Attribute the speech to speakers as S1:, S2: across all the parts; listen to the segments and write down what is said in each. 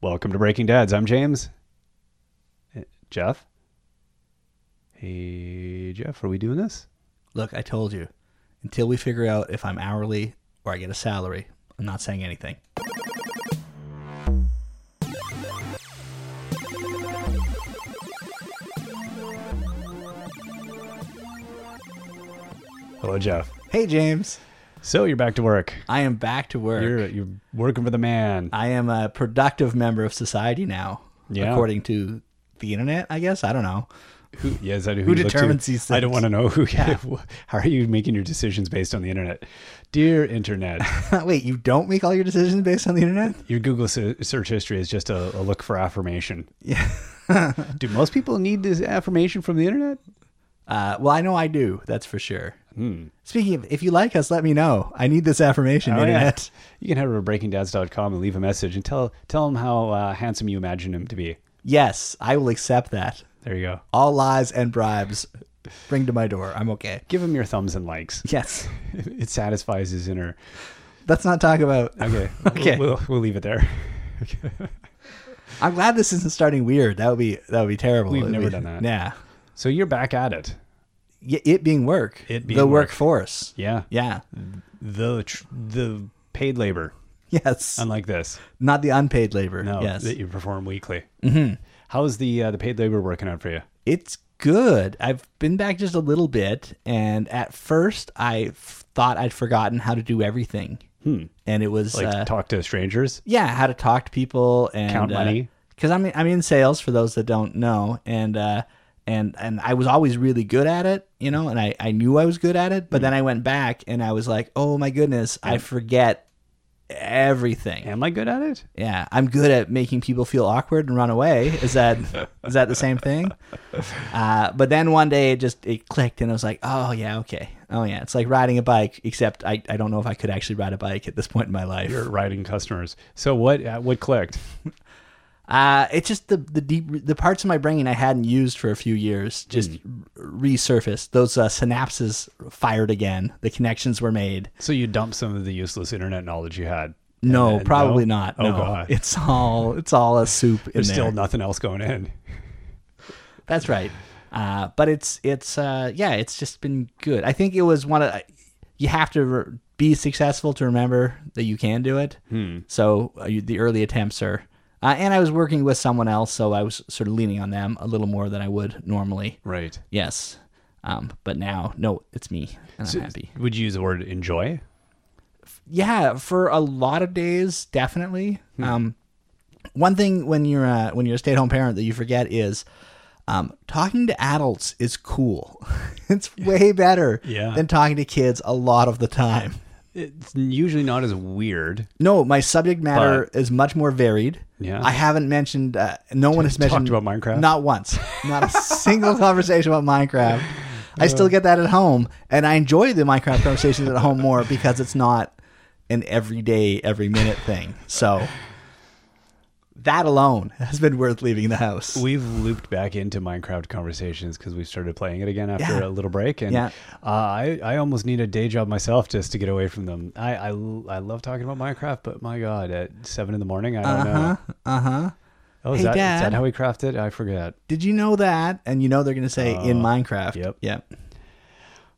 S1: Welcome to Breaking Dads. I'm James. Eh, Jeff? Hey, Jeff, are we doing this?
S2: Look, I told you. Until we figure out if I'm hourly or I get a salary, I'm not saying anything.
S1: Hello, Jeff.
S2: Hey, James.
S1: So you're back to work.
S2: I am back to work.
S1: You're, you're working for the man.
S2: I am a productive member of society now,
S1: Yeah.
S2: according to the internet, I guess. I don't know.
S1: Who, yeah, is that who,
S2: Uh, who
S1: you look to?
S2: determines these
S1: I don't
S2: things?
S1: want to know who. Yeah. How are you making your decisions based on the internet? Dear internet,
S2: Wait, you don't make all your decisions based on the internet?
S1: your Google se- search history is just a, a look for affirmation.
S2: Yeah.
S1: Do most people need this affirmation from the internet?
S2: Uh, well, I know I do. That's for sure. Speaking of, if you like us, let me know. I need this affirmation,
S1: Oh, yeah.
S2: internet.
S1: You can head over to breakingdads.com and leave a message and tell tell them how uh, handsome you imagine him to be.
S2: Yes, I will accept that.
S1: There you go.
S2: All lies and bribes bring to my door. I'm okay.
S1: Give him your thumbs and likes.
S2: Yes.
S1: It satisfies his inner.
S2: Let's not talk about.
S1: Okay.
S2: Okay.
S1: We'll, we'll leave it there.
S2: I'm glad this isn't starting weird. That would be that would be terrible.
S1: We've
S2: It'd
S1: never
S2: be-
S1: done that.
S2: Yeah.
S1: So you're back at it.
S2: Y- It being work.
S1: It being
S2: the
S1: work.
S2: workforce.
S1: Yeah.
S2: Yeah.
S1: The tr- the paid labor,
S2: Yes.
S1: unlike this.
S2: not the unpaid labor.
S1: Um, No,
S2: Yes.
S1: that you perform weekly. Mm-hmm. How's the uh, the paid labor working out for you?
S2: it's good. I've been back just a little bit, and at first I f- thought I'd forgotten how to do everything, and it was
S1: Hmm. Like
S2: uh,
S1: talk to strangers.
S2: yeah, how to talk to people and
S1: Count money.
S2: Because I'm I'm in sales for those that don't know, and uh, and and I was always really good at it, you know, and I I knew I was good at
S1: Mm.
S2: it, but then I went back and I was like, oh my goodness, I forget everything.
S1: Am I good at it?
S2: Yeah, I'm good at making people feel awkward and run away. Is that is that the same thing? Uh, but then one day it just it clicked and I was like, oh yeah, okay, oh yeah. It's like riding a bike, except I, I don't know if I could actually ride a bike at this point in my life.
S1: You're riding customers. So what uh, what clicked?
S2: Uh, it's just the the deep the parts of my brain I hadn't used for a few years just
S1: Mm.
S2: r- resurfaced. Those uh, synapses fired again. The connections were made.
S1: So you dumped some of the useless internet knowledge you had. and
S2: No,
S1: then-
S2: probably
S1: no?
S2: not.
S1: Oh
S2: no.
S1: god.
S2: it's all it's all a soup in
S1: There's
S2: there.
S1: still nothing else going in.
S2: That's right. Uh, but it's it's uh, yeah, it's just been good. I think it was one of you have to re- be successful to remember that you can do it.
S1: Hmm.
S2: So uh, you, the early attempts are, uh, and I was working with someone else, so I was sort of leaning on them a little more than I would normally.
S1: Right.
S2: Yes, um, but now no, it's me, and I'm happy.
S1: Would you use the word enjoy?
S2: Yeah, for a lot of days, definitely. Um, one thing when you're a, when you're a stay at home parent that you forget is um, talking to adults is cool. it's way better
S1: Yeah.
S2: than talking to kids a lot of the time.
S1: It's usually not as weird.
S2: No, my subject matter is much more varied.
S1: Yeah.
S2: I haven't mentioned. Uh, no one has
S1: Talked
S2: mentioned
S1: about Minecraft?
S2: Not once. Not a single conversation about Minecraft. I still get that at home, and I enjoy the Minecraft conversations at home more because it's not an everyday, every minute thing. So that alone has been worth leaving the house.
S1: We've looped back into Minecraft conversations because we started playing it again after
S2: Yeah.
S1: a little break, and
S2: Yeah.
S1: uh, I I almost need a day job myself just to get away from them. I I, l- I love talking about Minecraft, but my God, at seven in the morning, I don't know.
S2: Uh huh.
S1: Oh, is,
S2: Hey,
S1: that, is
S2: Dad.
S1: that how we crafted? I forget.
S2: Did you know that? And you know they're going to say in Minecraft.
S1: Oh, yep.
S2: Yep.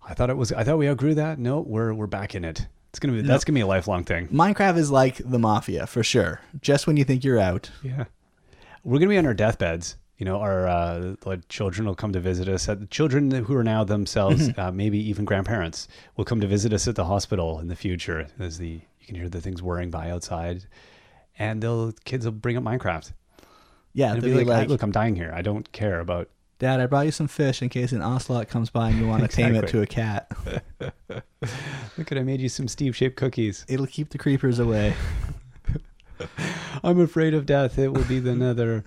S1: I thought it was. I thought we outgrew that. No, we're we're back in it. It's gonna be that's gonna be a lifelong thing.
S2: Minecraft is like the mafia for sure. Just when you think you're out,
S1: Yeah. We're going to be on our deathbeds. You know, our uh, like children will come to visit us. At, children who are now themselves, uh, maybe even grandparents, will come to visit us at the hospital in the future. As the you can hear the things whirring by outside, and they'll kids will bring up Minecraft
S2: yeah,
S1: and
S2: they'll
S1: be like, "Hey, "Look, I'm dying here. I don't care about."
S2: Dad, I brought you some fish in case an ocelot comes by and you want to tame it
S1: Exactly.
S2: to a cat.
S1: Look at I made you some Steve shaped cookies.
S2: It'll keep the creepers away.
S1: I'm afraid of death. It will be the nether.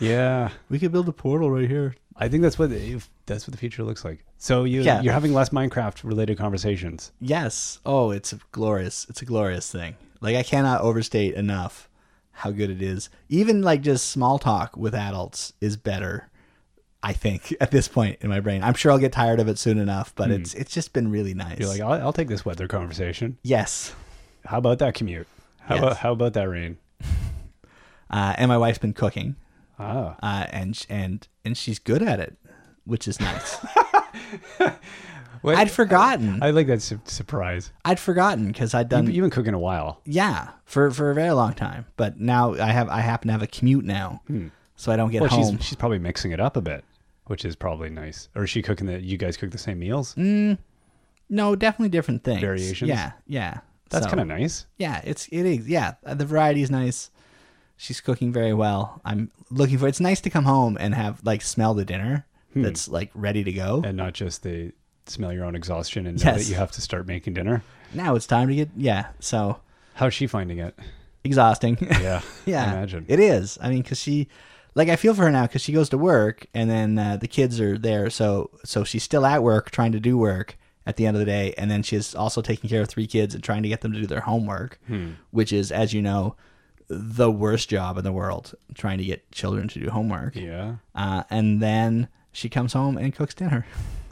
S1: yeah.
S2: We could build a portal right here.
S1: I think that's what if that's what the future looks like. So you
S2: Yeah.
S1: you're having less Minecraft related conversations.
S2: Yes. Oh, it's a glorious. It's a glorious thing. Like I cannot overstate enough how good it is. Even like just small talk with adults is better. I think at this point in my brain, I'm sure I'll get tired of it soon enough, but it's it's just been really nice.
S1: Hmm. You're like, I'll, I'll take this weather conversation.
S2: yes,
S1: How about that commute? How
S2: Yes.
S1: about how about that rain?
S2: Uh, and my wife's been cooking,
S1: Oh,
S2: uh, and sh- and and she's good at it, which is nice.
S1: Wait,
S2: I'd forgotten.
S1: I like that su- surprise.
S2: I'd forgotten because I'd
S1: You've,
S2: done
S1: you've been cooking a while.
S2: yeah for for a very long time. But now I have I happen to have a commute now, so I don't get
S1: Hmm. Well, she's
S2: home.
S1: she's probably mixing it up a bit, which is probably nice. Or is she cooking the? You guys cook the same meals?
S2: Mm. No, definitely different things.
S1: Variations?
S2: Yeah, yeah.
S1: That's
S2: So,
S1: kind of nice.
S2: yeah. It's it is yeah. Uh, The variety is nice. She's cooking very well. I'm looking for. It's nice to come home and have like smell the dinner
S1: Hmm.
S2: that's like ready to go.
S1: And not just the smell your own exhaustion and know
S2: Yes.
S1: that you have to start making dinner.
S2: now it's time to get yeah. So
S1: How's she finding it?
S2: exhausting.
S1: Yeah.
S2: yeah,
S1: I imagine.
S2: it is. I mean, because she, like, I feel for her now because she goes to work and then uh, the kids are there, so so she's still at work trying to do work at the end of the day, and then she's also taking care of three kids and trying to get them to do their homework,
S1: Hmm.
S2: which is, as you know, the worst job in the world trying to get children to do homework.
S1: yeah.
S2: Uh, and then she comes home and cooks dinner.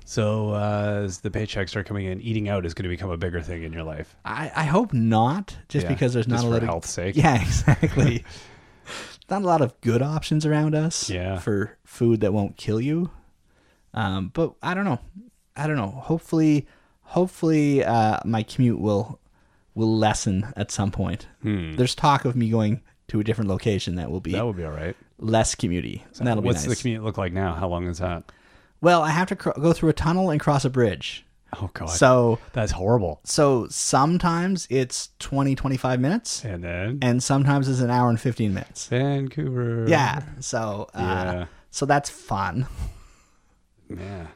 S1: So uh, as the paychecks are coming in, eating out is going to become a bigger thing in your life.
S2: I, I hope not, just
S1: Yeah,
S2: because there's not
S1: just
S2: a
S1: for
S2: lot of
S1: health's sake.
S2: Yeah, exactly. not a lot of good options around us.
S1: Yeah.
S2: for food that won't kill you. Um, but I don't know. I don't know. Hopefully, hopefully, uh, my commute will will lessen at some point. There's talk of me going to a different location that will be
S1: Hmm. That would be all right.
S2: less community. That'll be
S1: What's
S2: nice.
S1: the commute look like now? How long is that?
S2: well, I have to cr- go through a tunnel and cross a bridge.
S1: Oh God.
S2: So
S1: that's horrible.
S2: so sometimes it's 20 25 minutes.
S1: And then
S2: and sometimes it's an hour and 15 minutes.
S1: Vancouver.
S2: Yeah. So, uh,
S1: Yeah.
S2: so that's fun.
S1: Yeah.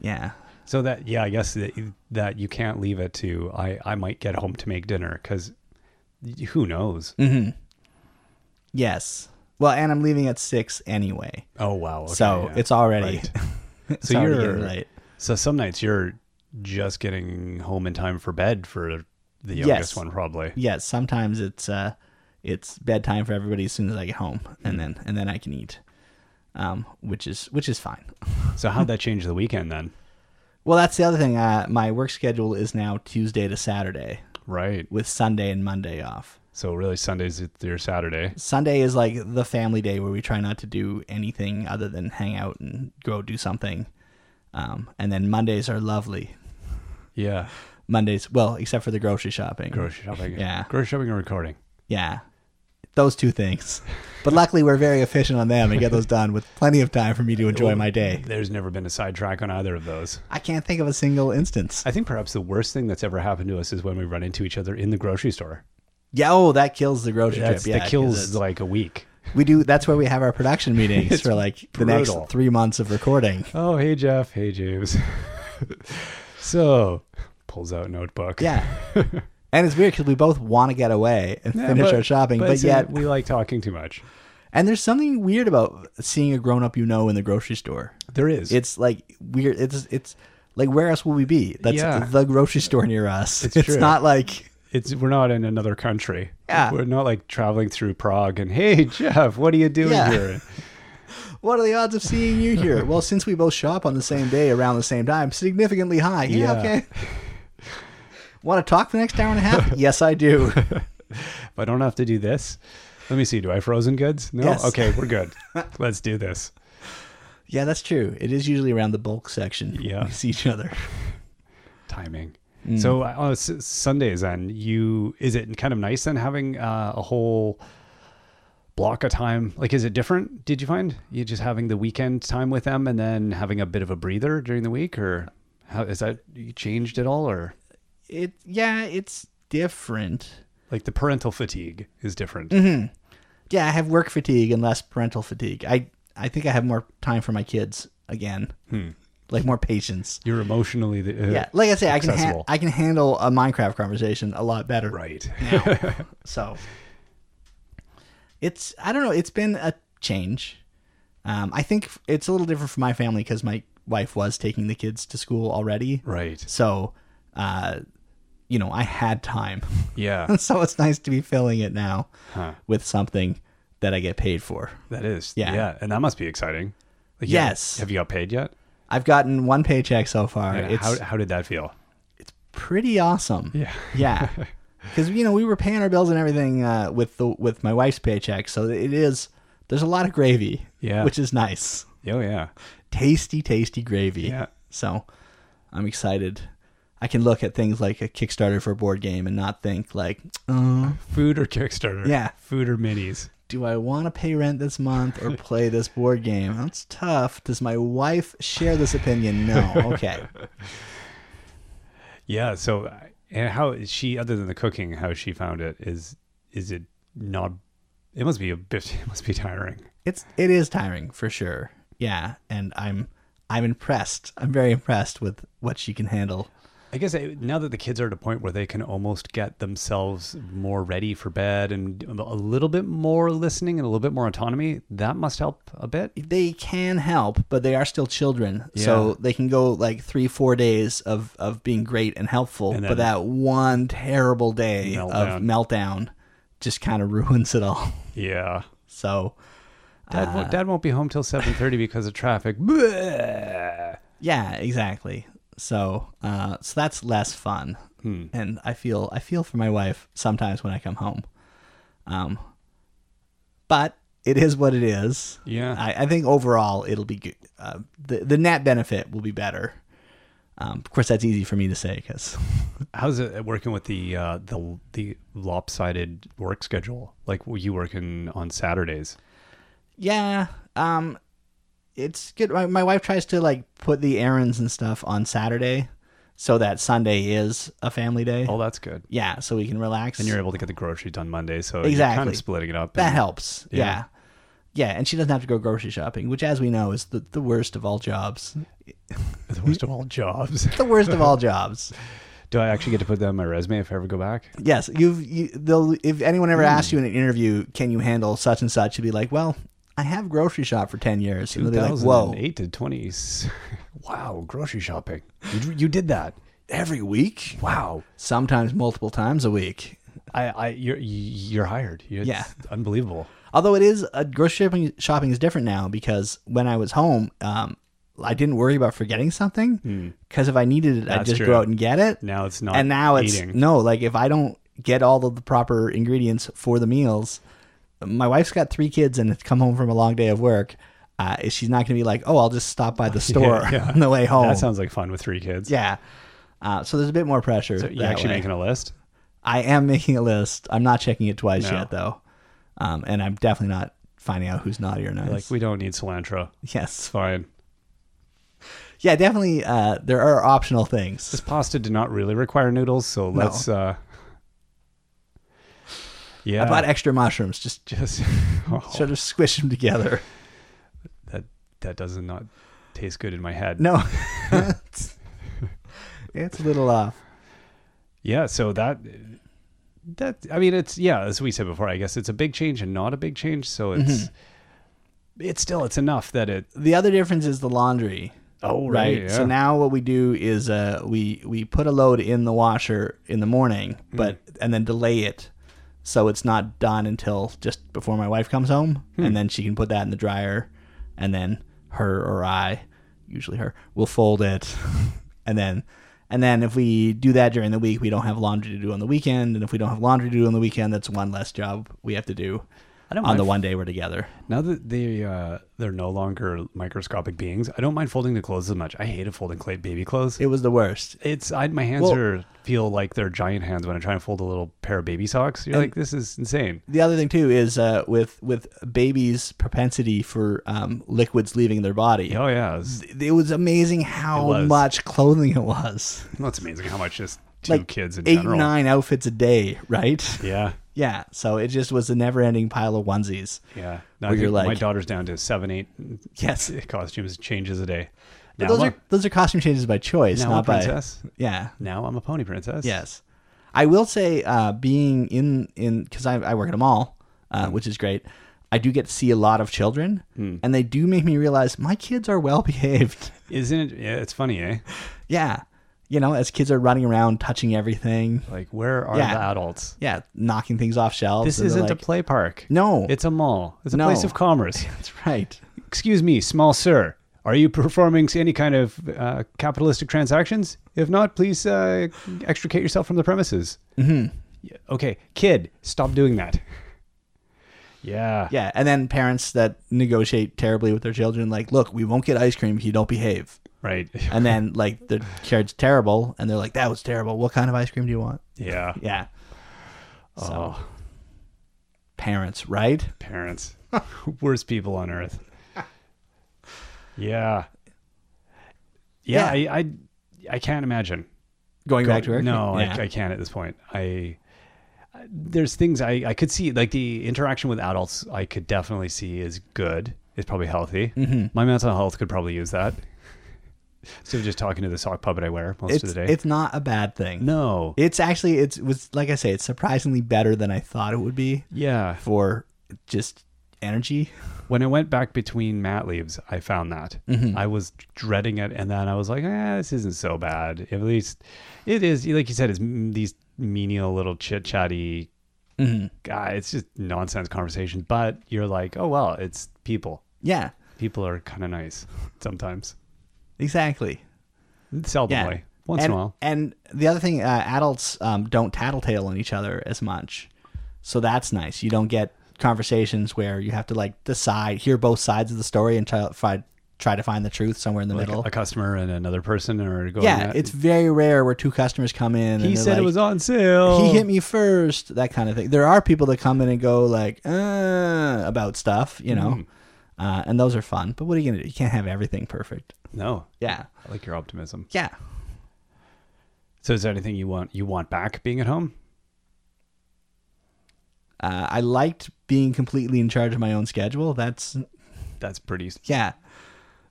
S2: Yeah.
S1: So that yeah, I guess that, that you can't leave it to I I might get home to make dinner because who knows?
S2: Mm. Yes. Well, and I'm leaving at six anyway.
S1: Oh wow. okay,
S2: so
S1: yeah.
S2: it's already,
S1: Right.
S2: it's
S1: So
S2: already
S1: you're-
S2: getting late.
S1: So some nights you're just getting home in time for bed for the youngest
S2: Yes.
S1: one probably.
S2: Yes. Sometimes it's, uh, it's bedtime for everybody as soon as I get home and then, and then I can eat. Um, which is, which is fine.
S1: So how'd that change the weekend then?
S2: Well, that's the other thing. Uh, my work schedule is now Tuesday to Saturday
S1: Right.
S2: with Sunday and Monday off.
S1: So really Sundays is your Saturday.
S2: Sunday is like the family day where we try not to do anything other than hang out and go do something. Um, and then Mondays are lovely.
S1: Yeah.
S2: Mondays, well, except for the grocery shopping.
S1: Grocery shopping.
S2: Yeah.
S1: Grocery shopping and recording.
S2: Yeah. Those two things. But luckily, we're very efficient on them and get those done with plenty of time for me to enjoy my day.
S1: There's never been a sidetrack on either of those.
S2: I can't think of a single instance.
S1: I think perhaps the worst thing that's ever happened to us is when we run into each other in the grocery store.
S2: Yeah, oh, that kills the grocery
S1: That's,
S2: trip. Yeah,
S1: that
S2: 'cause
S1: kills
S2: it's-
S1: like a week.
S2: we do. That's where we have our production meetings
S1: It's
S2: for like the next
S1: brutal.
S2: three months of recording.
S1: Oh, hey Jeff. Hey James. so pulls out notebook.
S2: Yeah. and it's weird because we both want to get away and
S1: Yeah,
S2: finish
S1: but-
S2: our shopping, but,
S1: so
S2: yet,
S1: we like talking too much.
S2: and there's something weird about seeing a grown up you know in the grocery store.
S1: There is.
S2: It's like weird. It's it's like where else will we be? That's
S1: Yeah.
S2: the grocery store near us. It's,
S1: true.
S2: not like
S1: it's we're not in another country.
S2: Yeah.
S1: We're not like traveling through Prague and hey Jeff, what are you doing
S2: Yeah.
S1: here?
S2: what are the odds of seeing you here? well, since we both shop on the same day around the same time, significantly high. Yeah,
S1: Yeah.
S2: okay. Want to talk for the next hour and a half? yes, I do.
S1: If I don't have to do this, let me see. Do I have frozen goods? No.
S2: Yes.
S1: Okay, we're good. Let's do this.
S2: Yeah, that's true. It is usually around the bulk section.
S1: Yeah.
S2: we see each other.
S1: Timing.
S2: Mm.
S1: So uh, on S- Sundays, then you is it kind of nice then having uh, a whole block of time? Like, is it different? Did you find you just having the weekend time with them and then having a bit of a breather during the week, or how is that you changed at all, or
S2: It yeah, it's different.
S1: like the parental fatigue is different?
S2: Mm-hmm. yeah, I have work fatigue and less parental fatigue. I I think I have more time for my kids again,
S1: Hmm.
S2: like more patience.
S1: You're emotionally the, uh,
S2: Yeah, like I say, I can ha-
S1: Accessible.
S2: I can handle a Minecraft conversation a lot better.
S1: right.
S2: now. so it's I don't know. It's been a change. Um, I think it's a little different for my family because my wife was taking the kids to school already.
S1: Right.
S2: So, uh, you know, I had time.
S1: Yeah.
S2: so it's nice to be filling it now
S1: Huh.
S2: with something that I get paid for.
S1: That is.
S2: Yeah.
S1: Yeah. And that must be exciting. Like, yeah,
S2: Yes.
S1: Have you got paid yet?
S2: I've gotten one paycheck so far.
S1: And
S2: It's
S1: How, how did that feel?
S2: it's pretty awesome.
S1: Yeah.
S2: Yeah. because you know we were paying our bills and everything uh, with the with my wife's paycheck, so it is there's a lot of gravy,
S1: Yeah.
S2: which is nice,
S1: Oh yeah.
S2: tasty, tasty gravy.
S1: Yeah.
S2: So I'm excited. I can look at things like a Kickstarter for a board game and not think like, oh,
S1: Food or Kickstarter.
S2: Yeah.
S1: Food or minis.
S2: do I want to pay rent this month or play this board game? That's tough. Does my wife share this opinion? No. Okay.
S1: Yeah. So uh, and how is she other than the cooking? How she found it is is it not? It must be a bit. It must be tiring.
S2: it's it is tiring for sure yeah and i'm i'm impressed i'm very impressed with what she can handle
S1: I guess I, now that the kids are at a point where they can almost get themselves more ready for bed and a little bit more listening and a little bit more autonomy, that must help a bit.
S2: they can help but they are still children so
S1: Yeah.
S2: they can go like three four days of of being great and helpful
S1: And
S2: but
S1: then-
S2: that one terrible day of
S1: Meltdown.
S2: meltdown just kind of ruins it all
S1: Yeah.
S2: so
S1: Dad, won't, Dad won't be home till 7:30 because of traffic. Bleh.
S2: yeah exactly so uh so that's less fun
S1: Hmm.
S2: and i feel i feel for my wife sometimes when i come home um but it is what it is
S1: Yeah.
S2: i, I think overall it'll be good uh, the, the net benefit will be better um, of course that's easy for me to say because
S1: How's it working with the uh, the the lopsided work schedule? Like were you working on Saturdays?
S2: Yeah. Um it's good. My, my wife tries to like put the errands and stuff on Saturday so that Sunday is a family day.
S1: Oh, that's good.
S2: Yeah, so we can relax.
S1: And you're able to get the groceries done Monday, so you're kind
S2: Exactly.
S1: of splitting it up.
S2: that
S1: and-
S2: helps. Yeah. yeah. and she doesn't have to go grocery shopping, which as we know is the, the worst of all jobs.
S1: The worst of all jobs.
S2: The worst of all jobs.
S1: Do I actually get to put that on my resume if I ever go back?
S2: Yes, you've you, they'll if anyone ever asks you in an interview, can you handle such and such, you'd be like, "Well, I have grocery shop for 10 years." And they'll be like, "Whoa.
S1: 2008 to 20s. Wow, grocery shopping. You, you did that.
S2: Every week?
S1: Wow.
S2: Sometimes multiple times a week."
S1: I, I you're you're hired. It's
S2: Yeah.
S1: unbelievable.
S2: Although it is uh, grocery shopping, shopping is different now because when I was home, um, I didn't worry about forgetting something because if I needed it, I'd
S1: That's
S2: just
S1: true.
S2: go out and get it.
S1: Now it's not
S2: and now it's
S1: eating.
S2: no, like if I don't get all of the proper ingredients for the meals, my wife's got three kids and it's come home from a long day of work. Uh, she's not going to be like, oh, I'll just stop by the store
S1: yeah.
S2: on the way home.
S1: That sounds like fun with three kids.
S2: yeah. Uh, so there's a bit more pressure.
S1: So you're
S2: that
S1: actually
S2: way.
S1: making a list.
S2: I am making a list. I'm not checking it twice
S1: No.
S2: yet though, um, and I'm definitely not finding out who's naughty or nice.
S1: Like we don't need cilantro.
S2: yes,
S1: Fine.
S2: yeah, definitely. Uh, there are optional things.
S1: This pasta did not really require noodles, so let's. uh Yeah.
S2: I bought extra mushrooms. Just
S1: just uh, oh,
S2: sort of squish them together.
S1: that that does not taste good in my head.
S2: No, it's, it's a little off.
S1: Yeah, so that that I mean it's yeah, as we said before, I guess it's a big change and not a big change, so it's
S2: Mm-hmm.
S1: it's still it's enough that it
S2: The other difference is the laundry.
S1: Oh,
S2: right.
S1: right,
S2: So
S1: yeah.
S2: now what we do is uh, we we put a load in the washer in the morning,
S1: Mm.
S2: but and then delay it so it's not done until just before my wife comes home,
S1: Hmm.
S2: and then she can put that in the dryer, and then her or I, usually her, will fold it, and then. And then if we do that during the week, we don't have laundry to do on the weekend. And if we don't have laundry to do on the weekend, that's one less job we have to do
S1: I don't
S2: on the
S1: mind-
S2: one day we're together.
S1: now that they uh they're no longer microscopic beings, I don't mind folding the clothes as much. I hated folding cl- baby clothes.
S2: It was the worst.
S1: it's I my hands
S2: Well-
S1: are feel like they're giant hands when I try and fold a little pair of baby socks. You're like, this is insane.
S2: the other thing too is uh, with with babies' propensity for um, liquids leaving their body.
S1: Oh yeah, it's,
S2: It was amazing
S1: It
S2: how
S1: was.
S2: much clothing it was.
S1: well, it's amazing how much just two
S2: Like,
S1: kids in
S2: Eight
S1: general.
S2: nine outfits a day, right?
S1: Yeah,
S2: Yeah. So it just was a never ending pile of onesies.
S1: yeah. No, I
S2: Where you're
S1: think my
S2: like-
S1: daughter's down to seven, eight
S2: Yes.
S1: costumes changes a day. Now,
S2: But those
S1: I'm
S2: are those are costume changes by choice,
S1: a, now I'm a
S2: not by
S1: princess.
S2: yeah.
S1: Now I'm a pony princess.
S2: Yes, I will say uh, being in in because I, I work at a mall, uh,
S1: Hmm.
S2: which is great. I do get to see a lot of children, and they do make me realize my kids are well behaved.
S1: Isn't it? Yeah, it's funny, eh?
S2: Yeah. You know, as kids are running around touching everything.
S1: Like, where are
S2: Yeah.
S1: the adults?
S2: Yeah, knocking things off shelves.
S1: This
S2: and they're
S1: isn't a
S2: like,
S1: play park.
S2: No.
S1: It's a mall. It's a
S2: No.
S1: place of commerce.
S2: That's right.
S1: Excuse me, small sir. Are you performing any kind of uh, capitalistic transactions? If not, please uh, extricate yourself from the premises. Yeah, Okay, kid, stop doing that. Yeah.
S2: Yeah, and then parents that negotiate terribly with their children, like, look, we won't get ice cream if you don't behave.
S1: Right.
S2: And then like the kid's terrible, and they're like, that was terrible. What kind of ice cream do you want?
S1: yeah.
S2: Yeah,
S1: Oh.
S2: parents, right?
S1: parents. Worst people on earth. Yeah. Yeah, I, I I can't imagine.
S2: Going back to
S1: Go-
S2: work.
S1: Oh, No,
S2: yeah.
S1: I, I can't at this point. I I- there's things I, I could see like the interaction with adults I could definitely see is good. It's probably healthy.
S2: Mm-hmm.
S1: My mental health could probably use that. Instead of just talking to the sock puppet I wear most
S2: it's
S1: of the day.
S2: it's not a bad thing.
S1: no.
S2: it's actually it's was like I say, it's surprisingly better than I thought it would be
S1: yeah.
S2: for just energy.
S1: when I went back between mat leaves, I found that
S2: Mm-hmm.
S1: I was dreading it, and then I was like, "Ah, this isn't so bad. At least it is." Like you said, it's m- these menial little chit chatty
S2: Mm-hmm.
S1: guy. It's just nonsense conversation. But you're like, "Oh well, it's people.
S2: Yeah,
S1: People are kind of nice sometimes,
S2: exactly.
S1: seldomly,
S2: Yeah.
S1: once in
S2: and,
S1: a while."
S2: And the other thing, uh, adults um, don't tattletale on each other as much. So that's nice. You don't get conversations where you have to like decide, hear both sides of the story and try, fi- try to find the truth somewhere in the
S1: Like
S2: middle.
S1: a customer and another person, or going.
S2: yeah,
S1: at-
S2: it's very rare where two customers come in.
S1: He
S2: and
S1: said it was oh." on sale.
S2: He hit me first, that kind of thing. There are people that come in and go like uh, about stuff, you know,
S1: Hmm.
S2: uh, and those are fun. But what are you gonna do? You can't have everything perfect.
S1: No,
S2: Yeah,
S1: I like your optimism.
S2: yeah.
S1: So, is there anything you want you want back being at home?
S2: Uh, I liked being completely in charge of my own schedule. That's
S1: That's pretty
S2: yeah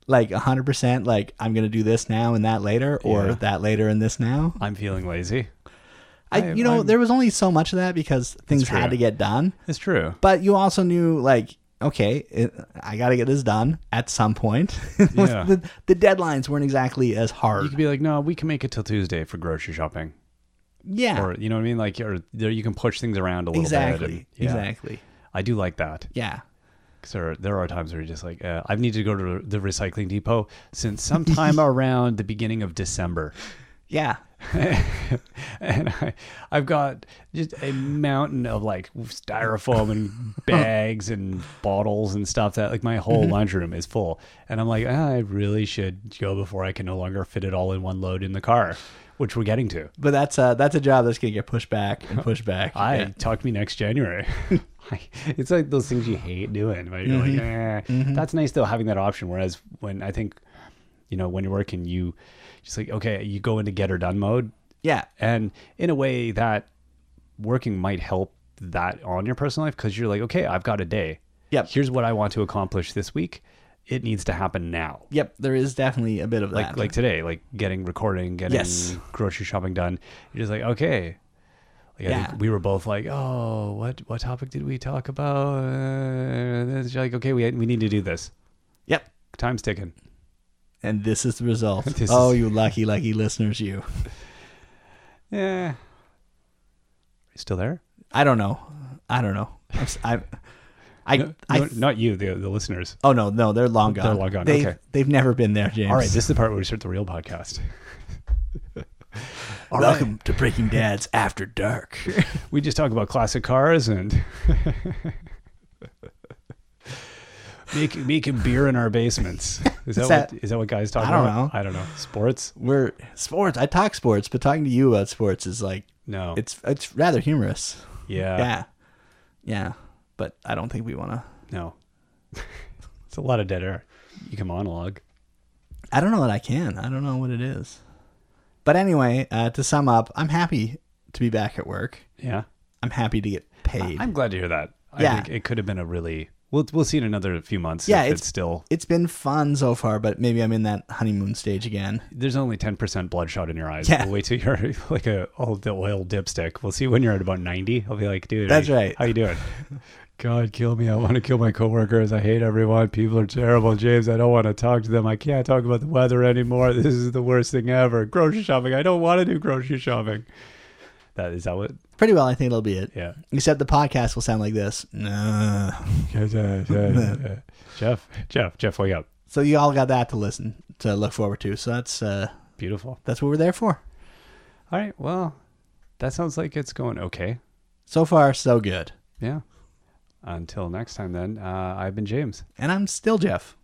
S2: like 100% like i'm gonna do this now and that later or
S1: Yeah.
S2: that later and this now
S1: I'm feeling lazy.
S2: i,
S1: I-
S2: you know
S1: I'm-
S2: there was only so much of that because things
S1: true.
S2: had to get done
S1: It's true.
S2: but you also knew like okay it, i gotta get this done at some point
S1: Yeah.
S2: the, the deadlines weren't exactly as
S1: You
S2: hard
S1: could be like, no, we can make it till Tuesday for grocery shopping,
S2: yeah
S1: or you know what I mean, like, or there you can push things around a little bit.
S2: exactly
S1: and- yeah.
S2: exactly
S1: I do like that.
S2: yeah
S1: Cause there, are, there are times where you're just like, uh, I've needed to go to the recycling depot since sometime around the beginning of December,
S2: yeah
S1: and I, I've got just a mountain of like styrofoam and bags and bottles and stuff that like my whole lunchroom is full, and I'm like, ah, I really should go before I can no longer fit it all in one load in the car, which we're getting to.
S2: but that's uh that's a job that's gonna get pushed back and pushed back
S1: I
S2: Yeah.
S1: talk to me next January. it's like those things you hate doing, but you're like, eh. that's nice though having that option. Whereas when I think, you know, when you're working, you just like okay, you go into get her done mode,
S2: yeah
S1: and in a way that working might help that on your personal life because you're like, okay, I've got a day.
S2: Yep.
S1: Here's what I want to accomplish this week. It needs to happen now
S2: yep there is definitely a bit of
S1: like
S2: that
S1: like today, like getting recording, getting
S2: Yes.
S1: grocery shopping done. You're just like, okay. Like I
S2: Yeah.
S1: think we were both like, oh, what what topic did we talk about? Uh, this, you're like, okay, we we need to do this.
S2: yep
S1: Time's ticking.
S2: and this is the result.
S1: This
S2: oh,
S1: is-
S2: you lucky, lucky listeners, you.
S1: Yeah. Are you Eh. still there?
S2: I don't know. I don't know. I'm, s- I, I,
S1: No,
S2: I-
S1: no, not you, the the listeners.
S2: oh no, no, they're long gone.
S1: They're long gone,
S2: They've,
S1: okay.
S2: they've never been there, James.
S1: All right, this is the part where we start the real podcast. All right.
S2: Welcome to Breaking Dad's After Dark.
S1: we just talk about classic cars and making making beer in our basements. Is that,
S2: Is that-
S1: what is that what guys talk
S2: I don't
S1: about?
S2: know.
S1: I don't know. Sports?
S2: We're sports. I talk sports, but talking to you about sports is like
S1: No.
S2: it's it's rather humorous.
S1: yeah.
S2: yeah, yeah. But I don't think we want to.
S1: No. it's a lot of dead air. You can monologue.
S2: I don't know what I can. I don't know what it is. But anyway, uh, to sum up, I'm happy to be back at work.
S1: Yeah.
S2: I'm happy to get paid.
S1: I'm glad to hear that. I
S2: Yeah.
S1: think it could have been a really we'll we'll see in another few months.
S2: Yeah,
S1: if
S2: it's-
S1: it's still
S2: it's been fun so far, but maybe I'm in that honeymoon stage again.
S1: there's only ten percent bloodshot in your eyes.
S2: Yeah.
S1: We'll wait till you're like a all the oil dipstick. We'll see when you're at about ninety. I'll be like, dude,
S2: That's
S1: how you-
S2: right.
S1: How you doing? God, kill me. I want to kill my coworkers. I hate everyone. People are terrible. James, I don't want to talk to them. I can't talk about the weather anymore. This is the worst thing ever. Grocery shopping. I don't want to do grocery shopping. That is that what?
S2: Pretty well, I think that'll be it.
S1: Yeah.
S2: Except the podcast will sound like this. Nah.
S1: Jeff, Jeff, Jeff, wake up.
S2: So you all got that to listen to look forward to. So that's uh,
S1: Beautiful.
S2: that's what we're there for.
S1: All right. Well, That sounds like it's going okay.
S2: So far, so good.
S1: Yeah. Until next time, then, uh, I've been James.
S2: And I'm still Jeff.